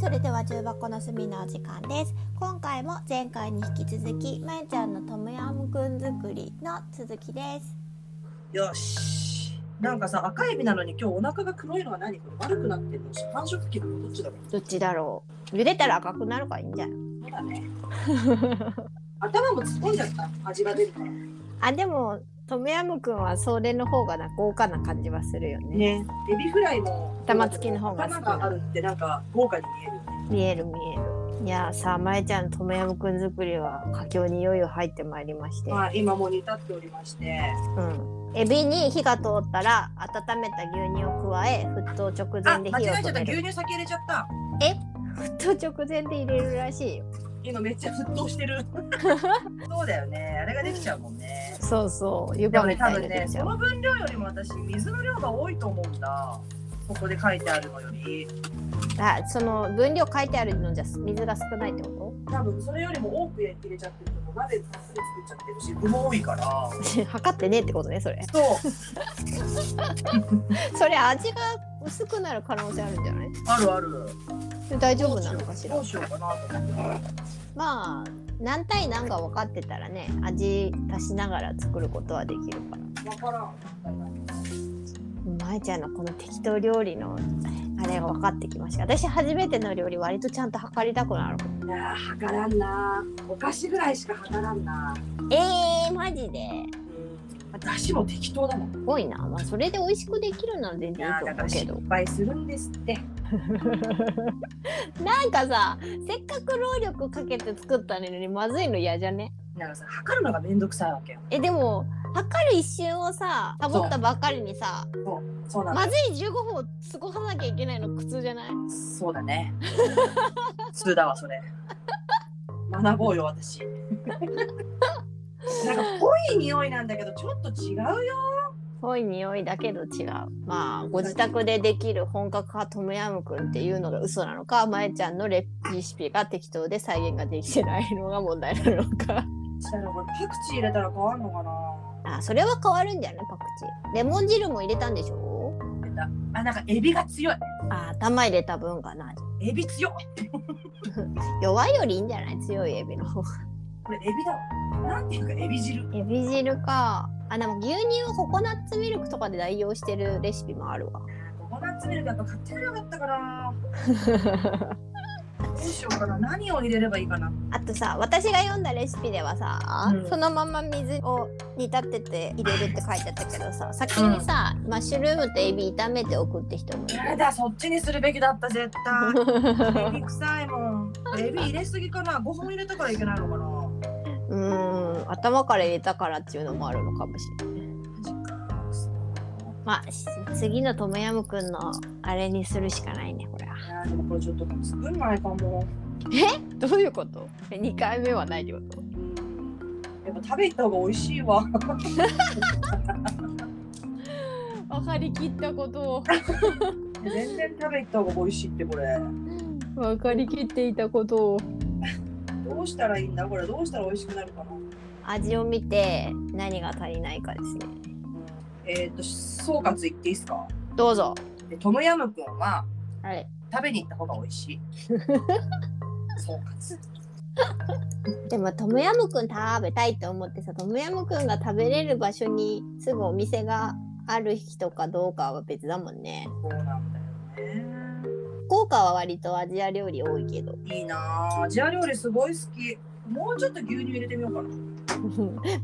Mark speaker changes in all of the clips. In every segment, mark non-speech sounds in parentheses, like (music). Speaker 1: それでは重箱の隅のお時間です今回も前回に引き続きまゆちゃんのトムヤムくん作りの続きです
Speaker 2: よし。なんかさ、赤エビなのに今日お腹が黒いのは何これ悪くなってるの繁殖期なのどっちだろう
Speaker 1: どっちだろう茹でたら赤くなるからいいんじゃない
Speaker 2: そうだ
Speaker 1: (laughs)
Speaker 2: ね。頭も突っ込んじゃった。味が出るから。
Speaker 1: あでもトムヤムくんはそれの方がな豪華な感じはするよね
Speaker 2: ね。エビフライも
Speaker 1: 玉付きの方が好きな
Speaker 2: 頭があるってなんか豪華に見えるよね。
Speaker 1: 見える見えるいやーさあまゆちゃんのトムヤムくん作りは佳境にいよいよ入ってまいりまして、
Speaker 2: まあ今もう煮立っておりまして。
Speaker 1: うん、エビに火が通ったら温めた牛乳を加え沸騰直
Speaker 2: あ、
Speaker 1: 前で
Speaker 2: 間
Speaker 1: 火
Speaker 2: 違えちゃっ
Speaker 1: を止
Speaker 2: た。
Speaker 1: める
Speaker 2: 牛乳先入れちゃった。
Speaker 1: 沸騰直前で入れるらしいよ
Speaker 2: 今めっちゃ沸騰して
Speaker 1: (laughs)
Speaker 2: る。そうだよね。あれができちゃうもんね。
Speaker 1: そうそう湯
Speaker 2: で
Speaker 1: 葉
Speaker 2: もね、
Speaker 1: み
Speaker 2: 多
Speaker 1: たいに
Speaker 2: 分
Speaker 1: 出
Speaker 2: ね、
Speaker 1: ち
Speaker 2: そ
Speaker 1: ゃう、
Speaker 2: の分量よりも私、水の量が多いと思うんだ。ここで書いてあるのより。
Speaker 1: あその分量書いてあるのじゃ水が少ないってこ
Speaker 2: 多分それよりも多く入れちゃってると鍋たっぷり作っちゃってるし具も多いから
Speaker 1: と (laughs) 測ってねえってことねそれ
Speaker 2: そう
Speaker 1: それ味が薄くなる可能性あるんじゃない
Speaker 2: あるある
Speaker 1: 大丈夫なのかしら
Speaker 2: どうしようかなと思って
Speaker 1: まあ何対何が分かってたらね味足しながら作ることはできるから
Speaker 2: 分からん
Speaker 1: まえちゃんのこの適当料理のあれが分かってきました私初めての料理割とちゃんと測りたくなる
Speaker 2: いやー測らんなお菓子ぐらいしか測らんな
Speaker 1: えー、マジで
Speaker 2: うんだしも適当だもんい
Speaker 1: すごいな、まあ、それで美味しくできるなら全然いい
Speaker 2: や
Speaker 1: と
Speaker 2: ーだ
Speaker 1: 思
Speaker 2: から
Speaker 1: うけ
Speaker 2: 失
Speaker 1: ど
Speaker 2: 敗するんですって
Speaker 1: なんかさせっかく労力かけて作ったのにまずいの嫌じゃね
Speaker 2: なんかさ測るのがめんどくさいわけよ
Speaker 1: えでも測る一瞬をさサボったばかりにさ
Speaker 2: そうなんだ
Speaker 1: (laughs) まずい15分を過ごさなきゃいけないの苦痛じゃない
Speaker 2: そうだね普通だわそれ学ぼうよ
Speaker 1: (laughs)
Speaker 2: 私なんか濃い匂いなんだけどちょっと違うよ
Speaker 1: 濃い匂いだけど違うまあご自宅でできる本格派トムヤムクンっていうのが嘘なのかまえちゃんのレシピが適当で再現ができてないのが問題なの (laughs) か
Speaker 2: したらこれパクチー入れたら変わんのか
Speaker 1: あそれは変わるんじゃないパクチーレモン汁も入れたんでしょ
Speaker 2: なあなんかエビが強い
Speaker 1: あ頭入れた分がな
Speaker 2: エビ強い
Speaker 1: 弱いよりいいんじゃない強いエビの方が
Speaker 2: これエビだわなんていうかエビ汁
Speaker 1: エビ汁かあでも牛乳をココナッツミルクとかで代用してるレシピもあるわ
Speaker 2: ココナッツミルクやっぱ買ってくれなかったからどうしようかな何を入れればいいかな
Speaker 1: あとさ私が読んだレシピではさ、
Speaker 2: うん
Speaker 1: そのまま水を煮立てて入れるって書いてあったけどさ先にさ、マッシュルームとエビ炒めておくって人もい
Speaker 2: や
Speaker 1: る
Speaker 2: だそっちにするべきだった絶対エビ臭いもんこれエビ入れすぎかな5本入れたからいけないのかな
Speaker 1: うーん頭から入れたからっていうのもあるのかもしれないまあし次のトムヤムくんのあれにするしかないねこれは
Speaker 2: あーでもこれちょっと作んないかも
Speaker 1: どういうこと2回目はないってこと
Speaker 2: うんやっぱ食べ行った方が美味しいわ
Speaker 1: 分かりきったことを
Speaker 2: 全然食べ行った方が美味しいってこれ
Speaker 1: 分かりきっていたことを
Speaker 2: どうしたらいいんだこれどうしたら美味しくなるかな、
Speaker 1: 味を見て何が足りないかですね
Speaker 2: えっ、と総括言っていいですか
Speaker 1: どうぞ
Speaker 2: でトムヤムくんは
Speaker 1: はい
Speaker 2: 食べに行った方が美味
Speaker 1: (laughs)
Speaker 2: しい総括
Speaker 1: でもトムヤムくん食べたいって思ってさトムヤムくんが食べれる場所にすぐお店がある人かどうかは別だもんね
Speaker 2: そうなんだよね
Speaker 1: 福岡は割とアジア料理多いけど (laughs)
Speaker 2: いいなあアジア料理すごい好きもうちょっと牛乳入れてみようかな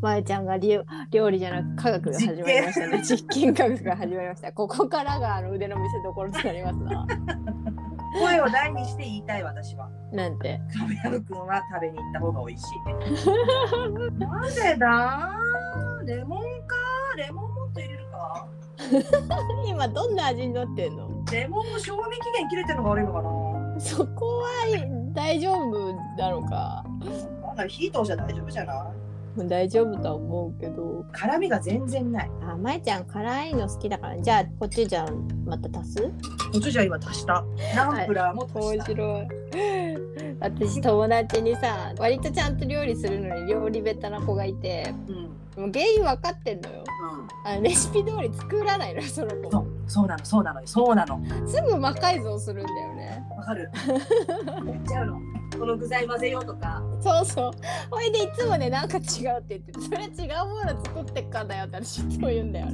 Speaker 1: まゆちゃんがりゅ料理じゃなく科学が始まりましたね実験科学が始まりましたここからがあの腕の見せ所となりますな
Speaker 2: 声を大にして言いたい私は
Speaker 1: なんて
Speaker 2: トムヤムくんは食べに行った方が美味しいなぜだレモンかレモンもっと入れるか
Speaker 1: 今どんな味になってんの
Speaker 2: レモンも賞味期限切れてるのが悪いのかな
Speaker 1: そこは大丈夫だろうか
Speaker 2: なんだろう火通しは大丈夫じゃない
Speaker 1: 大丈夫とは思うけど
Speaker 2: 辛みが全然ない
Speaker 1: あまえちゃん辛いの好きだからじゃあコチュジャンまた足す
Speaker 2: コチュジャン今足したナンプラーも足した、
Speaker 1: 白い (laughs) 私友達にさ割とちゃんと料理するのに料理ベタな子がいて
Speaker 2: うんうん
Speaker 1: もう原因分かってんのよあのレシピ通り作らないのよその子も
Speaker 2: そうなのそうなのそうなの
Speaker 1: すぐ魔改造するんだよね
Speaker 2: わ (laughs) かるやっちゃうのこの具材混ぜようとか
Speaker 1: そうそうほいでいつもねなんか違うって言ってそれ違うもの作ってっかんだよって私いつも言うんだよ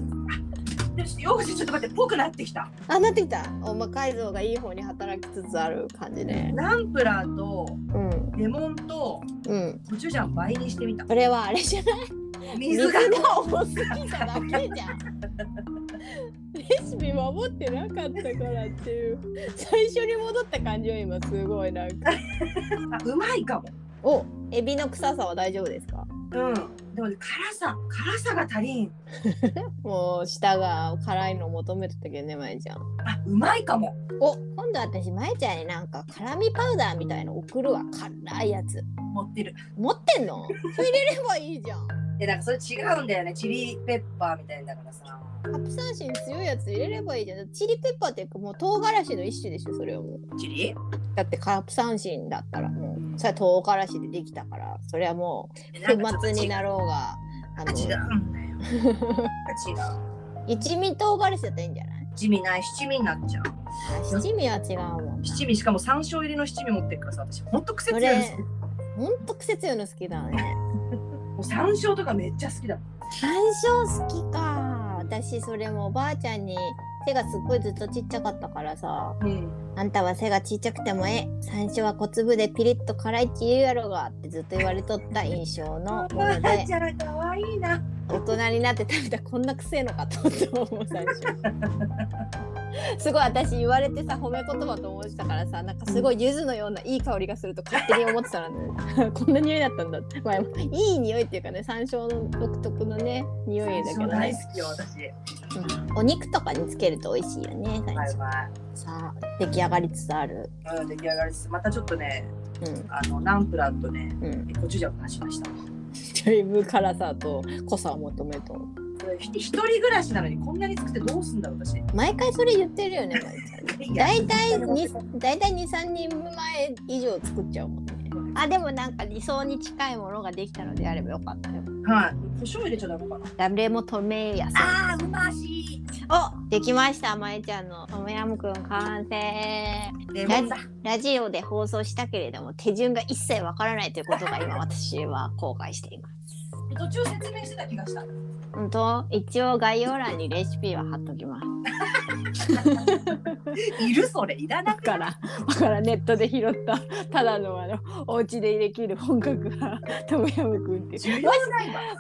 Speaker 2: でもちょっと洋口ちょっと待ってぽくなってきた
Speaker 1: あなってきたお魔改造がいい方に働きつつある感じね
Speaker 2: ナンプラーと
Speaker 1: うん
Speaker 2: レモンと
Speaker 1: うん
Speaker 2: コチュジャン倍にしてみた
Speaker 1: それはあれじゃない
Speaker 2: 水が
Speaker 1: 多すぎただけじゃんレシピ守ってなかったからっていう最初に戻った感じは今すごいなんか
Speaker 2: あうまいかも
Speaker 1: おエビの臭さは大丈夫ですか
Speaker 2: うんでもね辛さ辛さが足りん
Speaker 1: もう舌が辛いの求めてたけどねまえちゃん
Speaker 2: あうまいかも
Speaker 1: お今度私まえちゃんになんか辛味パウダーみたいの送るわ辛いやつ
Speaker 2: 持ってる
Speaker 1: 持ってんのそれ入れればいいじゃん
Speaker 2: いやだからそれ違うんだよねチリペッパーみたいなだからさ
Speaker 1: カプサンシン強いやつ入れればいいじゃんチリペッパーっていうかもう唐辛子の一種でしょそれはもう
Speaker 2: チリ
Speaker 1: だってカプサンシンだったらもうそれは唐辛子でできたからそれはもう不末になろうがあ
Speaker 2: なんかちょっと違う
Speaker 1: の
Speaker 2: んだよ違う
Speaker 1: 一味唐辛子だったらいいんじゃない
Speaker 2: 地味ない七味になっちゃう
Speaker 1: あ七味は違うもんな
Speaker 2: 七味しかも山椒入りの七味持ってるからさ私ほんと癖強いんですよ
Speaker 1: ほんと癖強いの好きだね
Speaker 2: もう山椒とかめっちゃ好きだもん
Speaker 1: 山椒好きか私それもおばあちゃんに背がすっごいずっとちっちゃかったからさ
Speaker 2: うん、
Speaker 1: あんたは背がちっちゃくてもええ山椒は小粒でピリッと辛いって言うやろがってずっと言われとった印象のもので
Speaker 2: ちゃん可愛いな。
Speaker 1: 大人になって食べたら (laughs) こんなくせえのかと思って最初すごい私言われてさ褒め言葉と思ってたからさなんかすごい柚子のようないい香りがすると勝手に思ってたらね (laughs) こんな匂いだったんだって、まあ、いい匂いっていうかね山椒の独特のね匂いだけど、
Speaker 2: 大
Speaker 1: ね、
Speaker 2: 好きよ私。
Speaker 1: お肉とかにつけると美味しいよね山
Speaker 2: はい
Speaker 1: 椒さあ出来上がりつつある
Speaker 2: はい。うん出来上がりです。またちょっとね
Speaker 1: うん
Speaker 2: あのナンプラーとね
Speaker 1: うん
Speaker 2: コチュジャンを足しました。
Speaker 1: だいぶ辛さと濃さを求めと
Speaker 2: これひ一人暮らしなのにこんなに作ってどうすんだろう私。
Speaker 1: 毎回それ言ってるよねまゆちゃん大体に大体23人前以上作っちゃうもんねあでもなんか理想に近いものができたのであればよかったよ
Speaker 2: はい。胡椒入れちゃダメかな。
Speaker 1: 誰も止めやさ
Speaker 2: ああうまし。
Speaker 1: おできましたまえちゃんのトムヤムくん完成
Speaker 2: レモンだ。
Speaker 1: ラジオで放送したけれども手順が一切わからないということが今私は後悔しています
Speaker 2: 途中説明してた気がした。
Speaker 1: うんと一応概要欄にレシピは貼っときます
Speaker 2: いるそれいらな
Speaker 1: だ
Speaker 2: くない。
Speaker 1: からだからネットで拾ったただのあのお家でできる本格派トムヤムくんって
Speaker 2: 重要ない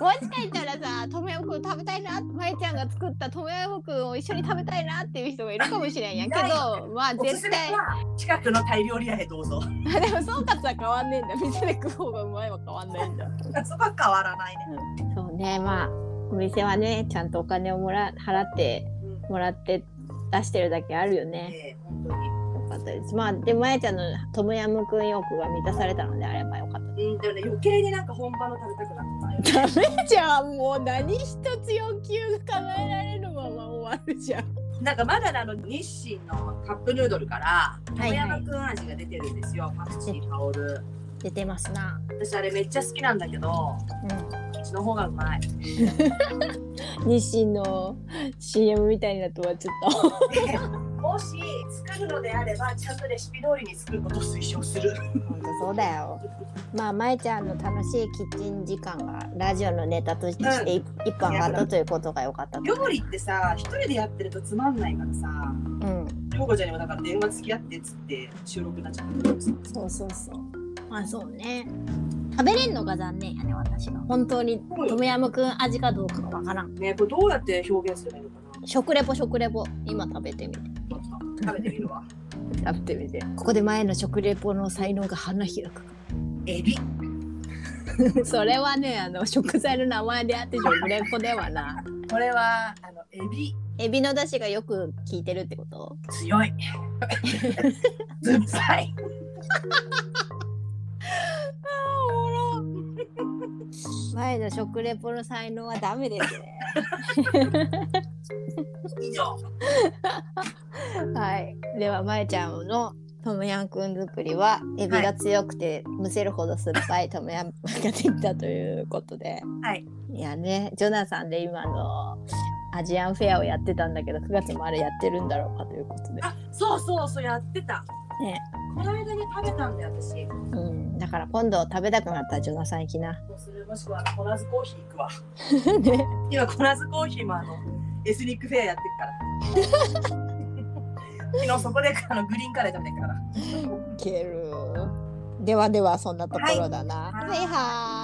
Speaker 2: わ。
Speaker 1: もしかしたらさ、トムヤムクン食べたいな、まえちゃんが作ったトムヤムクンを一緒に食べたいなっていう人がいるかもしれんやけ
Speaker 2: いない
Speaker 1: ど、まあ
Speaker 2: おすす
Speaker 1: 絶
Speaker 2: め
Speaker 1: 対、
Speaker 2: は近くのタイ料理屋へどうぞ。
Speaker 1: あ (laughs) でも総括は変わんねえんだ。店で食う方がうまいは変わんないんだ。
Speaker 2: そこは変わらないね。
Speaker 1: そうね、まあお店はね、ちゃんとお金をもら払って
Speaker 2: うん
Speaker 1: もらって出してるだけあるよね。
Speaker 2: ええ本当に。
Speaker 1: よかったです。まあでまえちゃんのトムヤムクン欲が満たされたのであればよかった。
Speaker 2: うん、でもね、余計になんか本場の食べたくなったよ。
Speaker 1: (laughs) ダメじゃん、もう何一つ要求が叶えられるまま終わるじゃん。
Speaker 2: なんかまだねあの日清のカップヌードルから、
Speaker 1: はい
Speaker 2: 富山くん味が出てるんですよ、パクチー香る。
Speaker 1: 出てますな。
Speaker 2: 私あれめっちゃ好きなんだけど、
Speaker 1: うん
Speaker 2: うちの方がうまい。 (laughs)
Speaker 1: 日清の CM みたいなとはちょっと
Speaker 2: でもし作るのであれば、ちゃんとレシピ通りに作ることを推奨する。
Speaker 1: 本当そうだよまあまえちゃんの楽しいキッチン時間がラジオのネタとしてい一本上がったということが良かったと
Speaker 2: 料理ってさ、一人でやってるとつまんないからさ、
Speaker 1: うん
Speaker 2: 涼子ちゃんにもだから電話付き合ってっつって収録になっちゃったんだけどさ
Speaker 1: (laughs) そうそうそうまあそうね食べれんのが残念やね私が本当にトムヤムくん味かどうかがわからん
Speaker 2: ね、これどうやって表現すればいいのかな
Speaker 1: 食レポ食レポ今食べてみて
Speaker 2: と思った食べてみるわ。
Speaker 1: 食べてみてここで前の食レポの才能が花開く
Speaker 2: エビ。
Speaker 1: (laughs) それはねあの食材の名前であって食レポではな
Speaker 2: これは、あの、エビ。
Speaker 1: エビの出汁がよく効いてるってこと
Speaker 2: 強 (laughs) い。酸っぱい。
Speaker 1: おもろ前の食レポの才能はダメですね。
Speaker 2: 以上。
Speaker 1: はい。では、まえちゃんのトムヤンくん作りは、エビが強くて、むせるほど酸っぱいトムヤンくんができたということで。
Speaker 2: はい。
Speaker 1: いやね、ジョナサンで今の、あアジアンフェアをやってたんだけど9月もあれやってるんだろうかということで、
Speaker 2: あそうそうそうやってた
Speaker 1: ね
Speaker 2: この間に食べたんだよ私
Speaker 1: うん、だから今度食べたくなったらジョナさん行きな。
Speaker 2: もうそれもしくはコナズコーヒー行くわ (laughs)
Speaker 1: ね
Speaker 2: 今コナズコーヒーもあのエスニックフェアやって (laughs) るから昨日そこであのグリーンカレー食べてるから
Speaker 1: いける。ではではそんなところだな。
Speaker 2: はい
Speaker 1: はいはーい